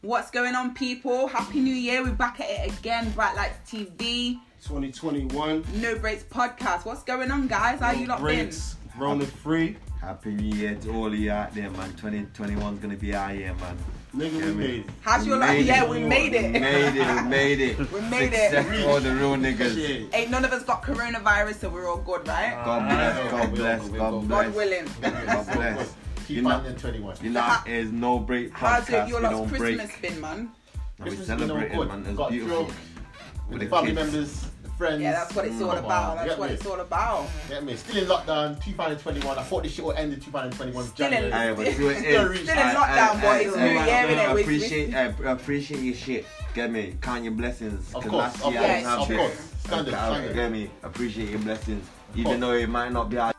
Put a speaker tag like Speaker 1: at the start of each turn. Speaker 1: What's going on, people? Happy New Year. We're back at it again. Bright Lights TV,
Speaker 2: 2021.
Speaker 1: No Breaks Podcast. What's going on, guys? How you lot been?
Speaker 2: Breaks, Rona free.
Speaker 3: Happy New Year to all of you out there, man. 2021's gonna be our year, man.
Speaker 2: Nigga, we
Speaker 3: Yeah,
Speaker 2: made it.
Speaker 1: How's your life?
Speaker 3: Made
Speaker 1: Yeah,
Speaker 3: it.
Speaker 1: we made
Speaker 3: We
Speaker 1: it.
Speaker 3: made it, we made it.
Speaker 1: We made it.
Speaker 3: Success for all the real niggas.
Speaker 2: Shit.
Speaker 1: Ain't none of us got coronavirus, so we're all good, right?
Speaker 3: God bless, God bless, God
Speaker 1: God
Speaker 3: bless.
Speaker 1: willing.
Speaker 3: God bless. You
Speaker 4: Keep
Speaker 3: know-
Speaker 4: on the 21.
Speaker 3: You lot is no break
Speaker 1: How's
Speaker 3: podcast.
Speaker 1: your,
Speaker 3: We
Speaker 1: your last
Speaker 3: don't break.
Speaker 1: Christmas been, man?
Speaker 3: And we
Speaker 4: Christmas has been all
Speaker 3: celebrate it,
Speaker 4: good.
Speaker 3: man. It's
Speaker 4: Got
Speaker 3: beautiful.
Speaker 4: drunk
Speaker 3: With
Speaker 4: With
Speaker 3: the
Speaker 4: the family
Speaker 3: kids.
Speaker 4: members, the friends.
Speaker 1: Yeah, that's what it's all
Speaker 4: Mm. Come on,
Speaker 1: about. That's
Speaker 4: get
Speaker 1: what
Speaker 4: me,
Speaker 1: it's all about.
Speaker 4: Get me. Still in lockdown, 2021. I thought this shit would end in 2021.
Speaker 1: Still in-
Speaker 4: January.
Speaker 3: Aye, but see what it
Speaker 4: Still
Speaker 3: is.
Speaker 4: in
Speaker 3: Aye,
Speaker 1: lockdown,
Speaker 3: aye,
Speaker 1: boy.
Speaker 3: aye,
Speaker 1: It's
Speaker 3: aye,
Speaker 4: New
Speaker 3: aye.
Speaker 4: Year,
Speaker 1: innit?
Speaker 3: I
Speaker 1: We-
Speaker 3: appreciate, I appreciate your shit. Get me? Count your blessings.
Speaker 4: Of
Speaker 3: 'cause
Speaker 4: course,
Speaker 3: last
Speaker 4: of
Speaker 3: year I
Speaker 1: course,
Speaker 3: didn't have
Speaker 1: of
Speaker 3: shit.
Speaker 4: course. Standard,
Speaker 3: Okay,
Speaker 4: standard.
Speaker 3: Get me? Appreciate your blessings. Even though it might not be our